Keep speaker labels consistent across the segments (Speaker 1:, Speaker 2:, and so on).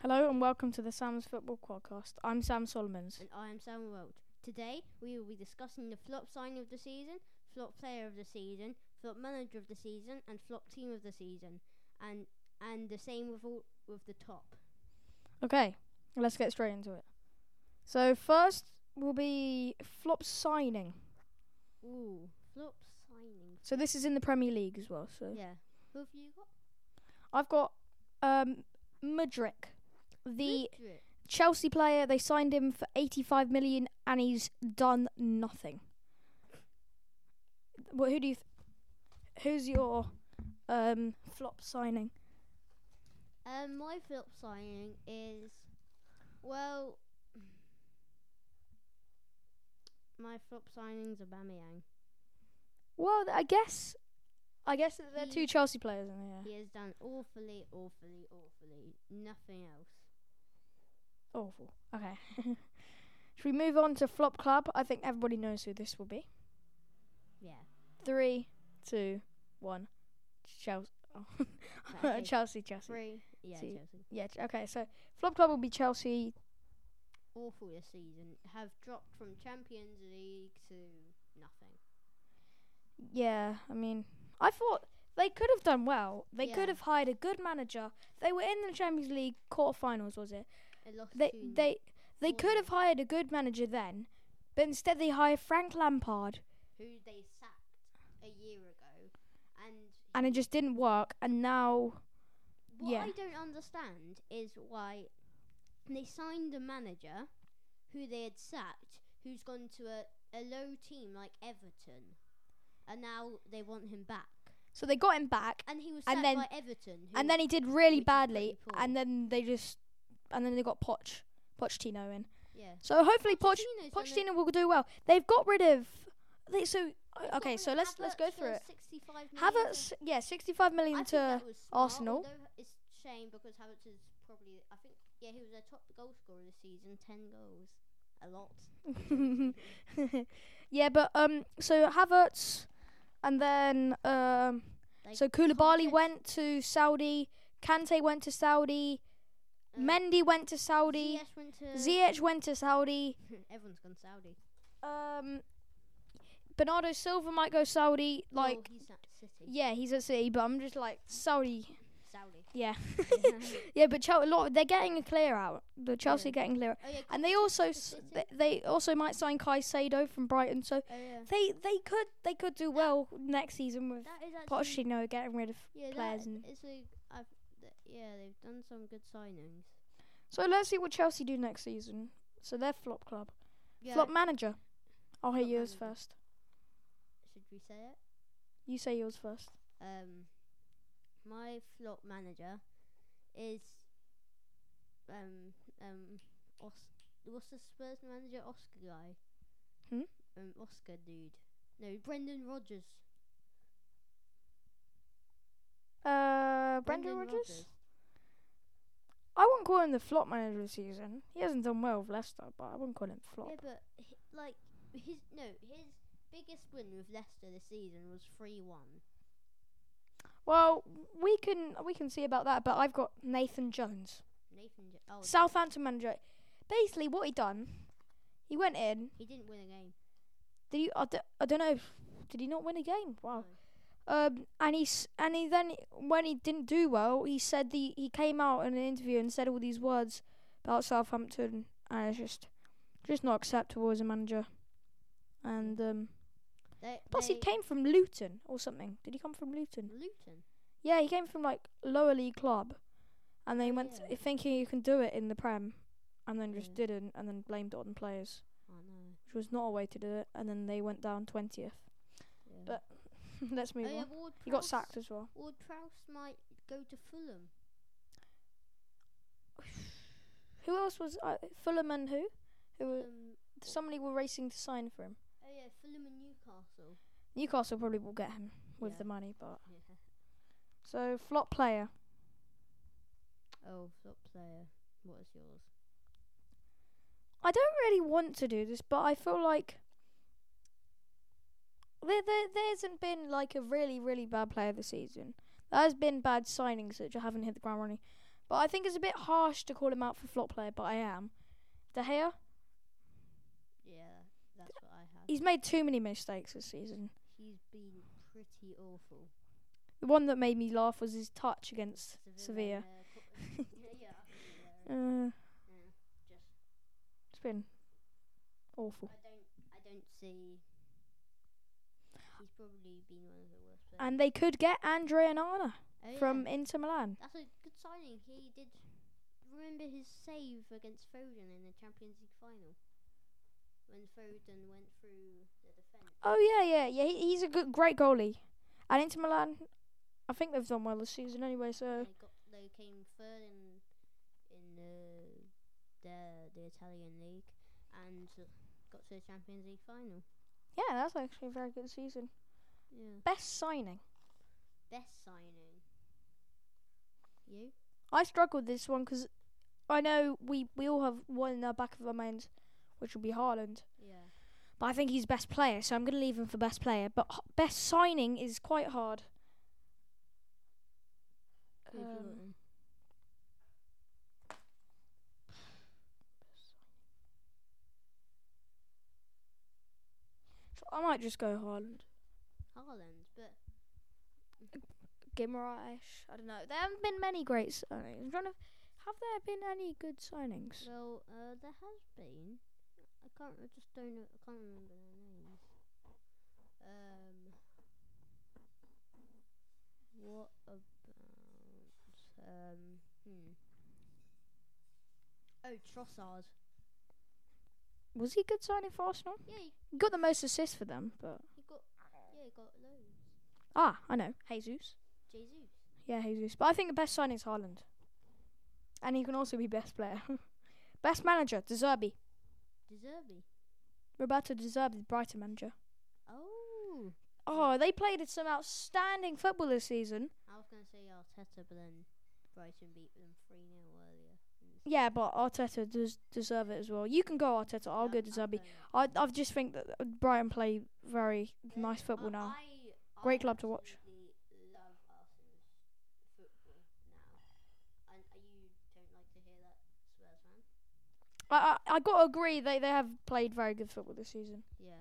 Speaker 1: Hello and welcome to the Sam's Football Podcast. I'm Sam Solomons.
Speaker 2: And I am Sam Welch. Today we will be discussing the flop signing of the season, flop player of the season, flop manager of the season, and flop team of the season, and and the same with all with the top.
Speaker 1: Okay, let's get straight into it. So first will be flop signing.
Speaker 2: Ooh, flop signing.
Speaker 1: So this is in the Premier League as well. So
Speaker 2: Yeah. Who have you got?
Speaker 1: I've got um Mudrick, the
Speaker 2: Mudryk.
Speaker 1: Chelsea player. They signed him for 85 million and he's done nothing. Well, who do you? Th- who's your um flop signing?
Speaker 2: Um, my flop signing is, well, my flop signing's Aubameyang.
Speaker 1: Well, I guess, I guess that they're
Speaker 2: He-
Speaker 1: two Chelsea players in there.
Speaker 2: He has done awfully, awfully, awfully nothing else.
Speaker 1: Awful. Okay. Should we move on to Flop Club? I think everybody knows who this will be.
Speaker 2: Yeah.
Speaker 1: Three, two, one. Chelsea. Oh.
Speaker 2: Okay.
Speaker 1: Chelsea, Chelsea.
Speaker 2: Three. Yeah,
Speaker 1: See.
Speaker 2: Chelsea.
Speaker 1: Yeah, ch- okay, so Flop Club will be Chelsea.
Speaker 2: Awful this season. Have dropped from Champions League to nothing.
Speaker 1: Yeah, I mean, I thought they could have done well. They
Speaker 2: Yeah.
Speaker 1: could have hired a good manager. They were in the Champions League quarterfinals, was it?
Speaker 2: They lost
Speaker 1: They,
Speaker 2: to
Speaker 1: they, they could
Speaker 2: Bournemouth,
Speaker 1: have hired a good manager then, but instead they hired Frank Lampard,
Speaker 2: who they sacked a year ago, and
Speaker 1: and it just didn't work. And now,
Speaker 2: What
Speaker 1: Yeah.
Speaker 2: I don't understand is why they signed a manager who they had sacked, who's gone to a, a low team like Everton, and now they want him back.
Speaker 1: so they got him back,
Speaker 2: And he was
Speaker 1: And
Speaker 2: sacked
Speaker 1: then-
Speaker 2: by Everton. Who
Speaker 1: and then he did really
Speaker 2: which is
Speaker 1: badly,
Speaker 2: pretty poor.
Speaker 1: and then they just, and then they got Poch, Pochettino in.
Speaker 2: yeah,
Speaker 1: So hopefully Poch,
Speaker 2: Pochettino's done
Speaker 1: Pochettino will do well. They've got rid of, they, so
Speaker 2: They've
Speaker 1: uh,
Speaker 2: got
Speaker 1: okay,
Speaker 2: rid
Speaker 1: so
Speaker 2: of
Speaker 1: let's let's go
Speaker 2: Havertz
Speaker 1: through
Speaker 2: for
Speaker 1: it.
Speaker 2: 65 million to-
Speaker 1: Havertz, yeah, sixty-five
Speaker 2: I
Speaker 1: million
Speaker 2: think
Speaker 1: to
Speaker 2: that was smart,
Speaker 1: Arsenal.
Speaker 2: although It's a shame because Havertz is probably I think yeah he was their top goal scorer this season, ten goals, a lot.
Speaker 1: yeah, but um, so Havertz, and then um,
Speaker 2: They
Speaker 1: so Koulibaly
Speaker 2: get-
Speaker 1: went to Saudi, Kante went to Saudi,
Speaker 2: Uh,
Speaker 1: Mendy went to Saudi,
Speaker 2: Ziyech went to
Speaker 1: Ziyech went to Saudi.
Speaker 2: Everyone's gone Saudi.
Speaker 1: Um, Bernardo Silva might go Saudi. Like,
Speaker 2: oh, he's not City.
Speaker 1: yeah, he's at City, but I'm just like Saudi.
Speaker 2: Saudi. Oh,
Speaker 1: Yeah, yeah, but Chelsea, a lot they're getting a clear out. The Chelsea
Speaker 2: Yeah.
Speaker 1: are getting clear, out.
Speaker 2: oh yeah.
Speaker 1: and they also s-
Speaker 2: City?
Speaker 1: they, they also might sign Caicedo from Brighton. So
Speaker 2: oh, yeah.
Speaker 1: they they could they could do well next season with
Speaker 2: That is actually
Speaker 1: Pochettino getting rid of.
Speaker 2: yeah,
Speaker 1: players
Speaker 2: that
Speaker 1: and-
Speaker 2: is a, I've, th- yeah, they've done some good signings.
Speaker 1: So let's see what Chelsea do next season. So they're flop club,
Speaker 2: Yeah,
Speaker 1: flop manager. I'll hear
Speaker 2: Flop
Speaker 1: yours
Speaker 2: manager.
Speaker 1: first.
Speaker 2: should we say it?
Speaker 1: You say yours first.
Speaker 2: Um, my flop manager is um um Os- what's the Spurs manager Oscar guy?
Speaker 1: Hmm?
Speaker 2: Um, Oscar dude. No, Brendan Rodgers.
Speaker 1: Uh, Brendan Rodgers. I wouldn't call him the flop manager of the season. He hasn't done well with Leicester, but I wouldn't call him flop.
Speaker 2: Yeah, but hi- like his no, his biggest win with Leicester this season was three one.
Speaker 1: Well, we can we can see about that, but I've got Nathan Jones,
Speaker 2: Nathan. J- oh,
Speaker 1: Southampton manager. Basically, what he done, he went in.
Speaker 2: he didn't win a game.
Speaker 1: Did he? I, d- I don't know. Did he not win a game? Wow.
Speaker 2: No.
Speaker 1: Um, and he s- and he then when he didn't do well, he said the he came out in an interview and said all these words about Southampton, and it's just just not acceptable as a manager. And um,
Speaker 2: They,
Speaker 1: Plus, he
Speaker 2: they-
Speaker 1: came from Luton or something. Did he come from Luton?
Speaker 2: Luton.
Speaker 1: Yeah, he came from like lower league club, and then he
Speaker 2: Oh,
Speaker 1: went
Speaker 2: yeah.
Speaker 1: to- thinking you can do it in the Prem, and then just
Speaker 2: Yeah.
Speaker 1: didn't, and then blamed it on players,
Speaker 2: I know.
Speaker 1: which was not a way to do it. And then they went down twentieth.
Speaker 2: Yeah.
Speaker 1: But Let's move
Speaker 2: oh, yeah,
Speaker 1: on.
Speaker 2: Ward
Speaker 1: He got
Speaker 2: Prowse-
Speaker 1: sacked as well.
Speaker 2: Ward Prowse might go to Fulham.
Speaker 1: Who else was uh, Fulham and who? Who were,
Speaker 2: Um,
Speaker 1: somebody were racing to sign for him.
Speaker 2: oh yeah, Fulham and Newcastle.
Speaker 1: Newcastle probably will get him with
Speaker 2: Yeah.
Speaker 1: the money, but
Speaker 2: Yeah.
Speaker 1: so flop player.
Speaker 2: Oh, flop player. What is yours?
Speaker 1: I don't really want to do this, but I feel like there, there there hasn't been like a really really bad player this season. There has been bad signings that just haven't hit the ground running. But But I think it's a bit harsh to call him out for flop player, but I am. De Gea,
Speaker 2: Yeah, that's what I had.
Speaker 1: he's made too many mistakes this season.
Speaker 2: He's been pretty awful.
Speaker 1: The one that made me laugh was his touch against Sevilla.
Speaker 2: uh, co- yeah, yeah, I think Sevilla,
Speaker 1: Uh,
Speaker 2: yeah, just
Speaker 1: it's been awful.
Speaker 2: I don't I don't see. He's probably been one of the worst players.
Speaker 1: And they could get Andre Anana
Speaker 2: Oh, yeah,
Speaker 1: from Inter Milan.
Speaker 2: that's a good signing. He did remember his save against Foden in the Champions League final when Foden went through the defense.
Speaker 1: Oh yeah, yeah, yeah. He, he's a good, great goalie. And Inter Milan, I think they've done well this season anyway. So
Speaker 2: They got they came third in in the the, the Italian league and got to the Champions League final.
Speaker 1: yeah, that's actually a very good season.
Speaker 2: Yeah,
Speaker 1: Best signing.
Speaker 2: best signing. You?
Speaker 1: I struggled this one 'cause I know we we all have one in our back of our minds, which would be Haaland.
Speaker 2: Yeah.
Speaker 1: But I think he's best player, so I'm going to leave him for best player. But h- best signing is quite hard.
Speaker 2: Who have you got
Speaker 1: Um,
Speaker 2: then?
Speaker 1: so I might just go Haaland.
Speaker 2: Haaland, but
Speaker 1: Gimarash. I don't know. There haven't been many great signings. I'm trying to. Have there been any good signings?
Speaker 2: well, uh, there has been. I can't. I just don't know. I can't remember their names. Um. What about um? Hmm. Oh, Trossard.
Speaker 1: Was he a good signing for Arsenal?
Speaker 2: Yeah, he,
Speaker 1: He got the most assists for them, but
Speaker 2: he got. Yeah, he got loads.
Speaker 1: ah, I know Jesus.
Speaker 2: Jesus.
Speaker 1: Yeah, Jesus. But I think the best signing is Haaland, and he can also be best player, best manager. De Zerbi,
Speaker 2: Deserby.
Speaker 1: Roberto De Zerbi, Brighton manager.
Speaker 2: Oh.
Speaker 1: Oh, they played at some outstanding football this season.
Speaker 2: I was gonna say Arteta, but then Brighton beat them three 0 earlier. in the
Speaker 1: Yeah, but Arteta does deserve it as well. You can go Arteta. I'll go
Speaker 2: Um,
Speaker 1: De Zerbi.
Speaker 2: going with
Speaker 1: I I just think that Brighton play very
Speaker 2: that.
Speaker 1: nice
Speaker 2: Uh,
Speaker 1: football now.
Speaker 2: I-
Speaker 1: Great
Speaker 2: I
Speaker 1: club to watch.
Speaker 2: absolutely love Arsenal's football now. And uh, you don't like to hear that, Spurs fan?
Speaker 1: I I, I got to agree they they have played very good football this season.
Speaker 2: Yeah.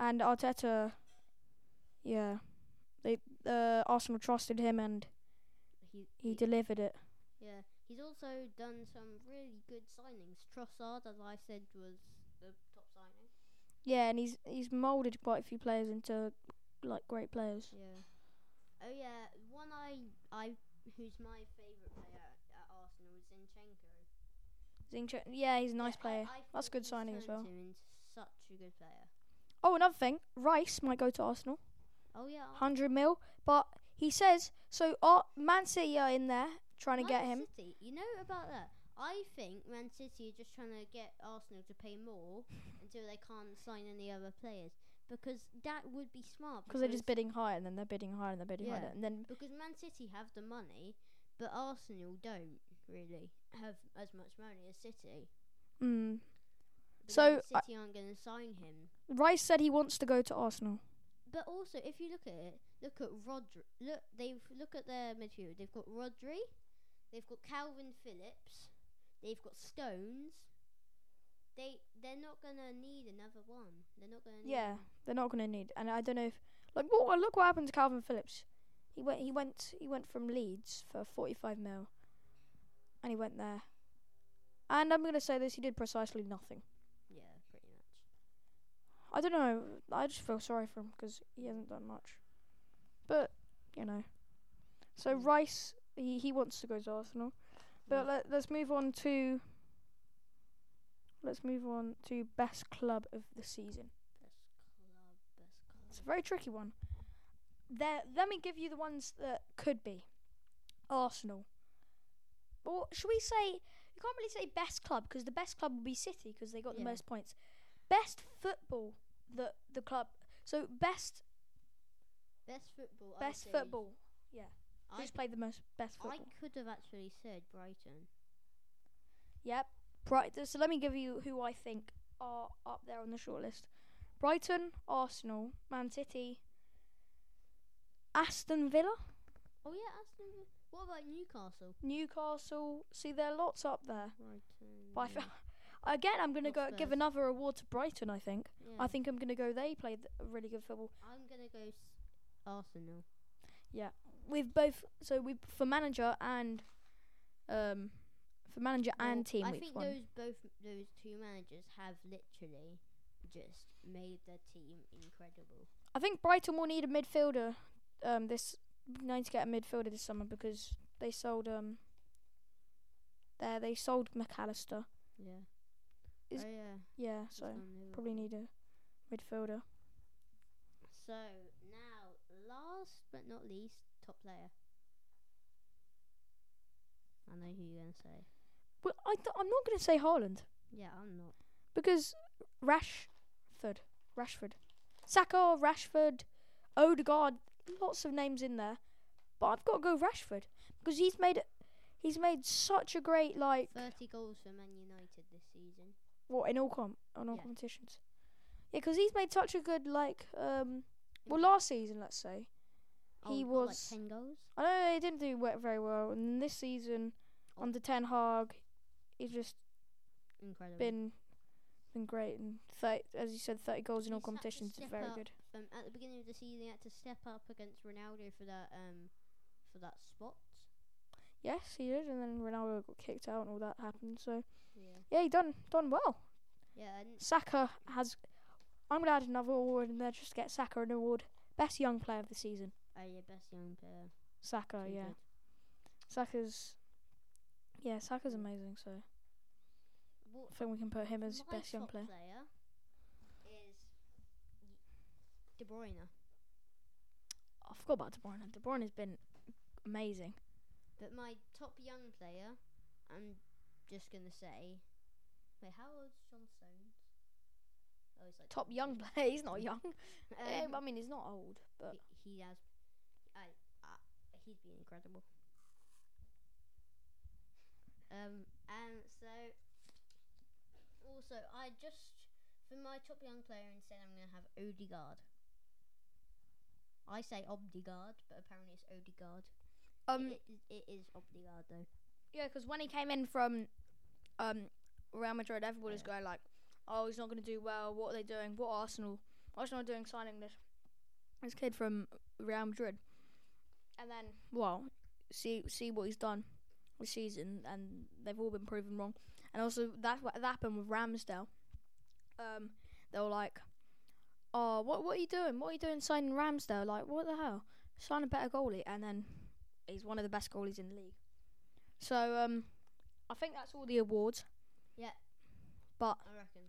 Speaker 1: and Arteta, yeah, they uh, Arsenal trusted him and
Speaker 2: He,
Speaker 1: he delivered it.
Speaker 2: Yeah. He's also done some really good signings. Trossard, as I said, was the top signing.
Speaker 1: Yeah, and he's he's molded quite a few players into like great players.
Speaker 2: Yeah. Oh yeah, one I I who's my favourite player at, at Arsenal is Zinchenko.
Speaker 1: Zinchenko, yeah, he's a nice
Speaker 2: Yeah, I-
Speaker 1: player.
Speaker 2: I
Speaker 1: That's
Speaker 2: think
Speaker 1: good
Speaker 2: he's
Speaker 1: signing as
Speaker 2: turned
Speaker 1: well.
Speaker 2: him into such a good player.
Speaker 1: Oh, another thing, Rice might go to Arsenal,
Speaker 2: Oh yeah.
Speaker 1: hundred mil, but he says so. Ar- Man City are in there trying to
Speaker 2: Man
Speaker 1: get him.
Speaker 2: City, you know about that? I think Man City are just trying to get Arsenal to pay more until they can't sign any other players because that would be smart.
Speaker 1: Because they're just bidding higher, and then they're bidding higher, and they're bidding
Speaker 2: Yeah.
Speaker 1: higher, and then
Speaker 2: because Man City have the money, but Arsenal don't really have as much money as City.
Speaker 1: mm.
Speaker 2: But
Speaker 1: So,
Speaker 2: then
Speaker 1: I-
Speaker 2: City aren't going to sign him.
Speaker 1: Rice said he wants to go to Arsenal.
Speaker 2: But also, if you look at it, look at Rodri. Look, they've look at their midfield. They've got Rodri, they've got Calvin Phillips, they've got Stones. They they're not gonna need another one. They're not gonna. Need
Speaker 1: Yeah,
Speaker 2: one.
Speaker 1: they're not going to need. And I don't know if like what look what happened to Calvin Phillips. He went he went he went from Leeds for 45 mil. And he went there. And I'm going to say this he did precisely nothing.
Speaker 2: Yeah, pretty much.
Speaker 1: I don't know. I just feel sorry for him because he hasn't done much. But, you know. So
Speaker 2: Mm.
Speaker 1: Rice he, he wants to go to Arsenal. But
Speaker 2: Mm.
Speaker 1: let, let's move on to let's move on to best club of the season.
Speaker 2: Best club, best
Speaker 1: It's a
Speaker 2: club.
Speaker 1: very tricky one. There, let me give you the ones that could be. Arsenal. Or should we say you can't really say best club because the best club would be City because they got the
Speaker 2: Yeah.
Speaker 1: most points. Best football the the club. So best
Speaker 2: Best football. I'd
Speaker 1: best
Speaker 2: say-
Speaker 1: football.
Speaker 2: I,
Speaker 1: Who's played the most best
Speaker 2: I
Speaker 1: football?
Speaker 2: could have actually said Brighton.
Speaker 1: Yep. Brighton. So let me give you who I think are up there on the shortlist. Brighton, Arsenal, Man City, Aston Villa.
Speaker 2: Oh yeah, Aston. Villa- What about Newcastle?
Speaker 1: Newcastle. See, there are lots up there.
Speaker 2: Brighton.
Speaker 1: But I fe- again, I'm gonna
Speaker 2: Not
Speaker 1: go give
Speaker 2: Spurs.
Speaker 1: another award to Brighton. I think.
Speaker 2: yeah.
Speaker 1: I think I'm gonna go. They played th- really good football.
Speaker 2: I'm gonna go s- Arsenal.
Speaker 1: We've both. So we for manager and, um, for manager
Speaker 2: Well,
Speaker 1: and team.
Speaker 2: I
Speaker 1: we've
Speaker 2: think
Speaker 1: won.
Speaker 2: those both those two managers have literally just made their team incredible.
Speaker 1: I think Brighton will need a midfielder. Um, this need to get a midfielder this summer because they sold um. There they sold McAllister.
Speaker 2: Yeah.
Speaker 1: Is-
Speaker 2: oh yeah.
Speaker 1: Yeah,
Speaker 2: he's
Speaker 1: so
Speaker 2: from Liverpool.
Speaker 1: probably need a midfielder.
Speaker 2: So now, last but not least, top player. I know who you're gonna say.
Speaker 1: Well, I th- I'm not going to say Haaland
Speaker 2: Yeah, I'm not.
Speaker 1: because Rashford, Rashford, Saka, Rashford, Odegaard, lots of names in there, but I've got to go Rashford because he's made he's made such a great like
Speaker 2: Thirty goals for Man United this season.
Speaker 1: what in all com on all
Speaker 2: Yeah.
Speaker 1: competitions. Yeah, because he's made such a good like um well last season let's say he
Speaker 2: Oh, got like
Speaker 1: was-
Speaker 2: ten goals.
Speaker 1: I know he didn't do we- very well and this season
Speaker 2: Oh.
Speaker 1: under Ten Hag he's just
Speaker 2: Incredible.
Speaker 1: been been great and 30, as you said 30 goals in all
Speaker 2: He's had to
Speaker 1: competitions is
Speaker 2: step
Speaker 1: very
Speaker 2: up.
Speaker 1: good.
Speaker 2: um, at the beginning of the season, he had to step up against Ronaldo for that um for that spot.
Speaker 1: Yes, he did and then Ronaldo got kicked out and all that happened. So
Speaker 2: Yeah.
Speaker 1: yeah, he done done well.
Speaker 2: Yeah, and
Speaker 1: Saka has I'm going to add another award in there just to get Saka an award. Best young player of the season.
Speaker 2: oh yeah, best young player.
Speaker 1: Saka,
Speaker 2: Too
Speaker 1: Oh, yeah.
Speaker 2: good.
Speaker 1: Saka's yeah, Saka's amazing. So
Speaker 2: What
Speaker 1: I think we can put him as
Speaker 2: my
Speaker 1: best young
Speaker 2: top
Speaker 1: player.
Speaker 2: is De Bruyne,
Speaker 1: I forgot about De Bruyne. De Bruyne has been amazing.
Speaker 2: but my top young player, I'm just gonna say, wait, how old's John Stones? Oh, he's like
Speaker 1: Top
Speaker 2: 22.
Speaker 1: young player. He's not young.
Speaker 2: Um,
Speaker 1: I mean, he's not old, but
Speaker 2: he, he has, I, I, he's been incredible. Um, and so, also, I just for my top young player instead, I'm gonna have Odegaard. I say Obdegaard, but apparently it's Odegaard.
Speaker 1: um,
Speaker 2: it, it- it is Obdegaard though.
Speaker 1: yeah, because when he came in from um Real Madrid, everybody was going like, "Oh, he's not going to do well. What are they doing? What are Arsenal? Arsenal are doing signing this this kid from Real Madrid." And then, well, see see what he's done this season, and they've all been proven wrong. And also, that's what that happened with Ramsdale. Um, they were like, "Oh, what what are you doing? What are you doing signing Ramsdale? Like, what the hell? Sign a better goalie." And then he's one of the best goalies in the league. So um, I think that's all the awards.
Speaker 2: Yeah.
Speaker 1: But
Speaker 2: I reckon.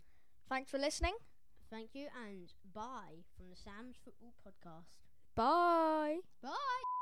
Speaker 1: thanks for listening.
Speaker 2: Thank you and bye from the Sam's Football Podcast.
Speaker 1: Bye.
Speaker 2: Bye.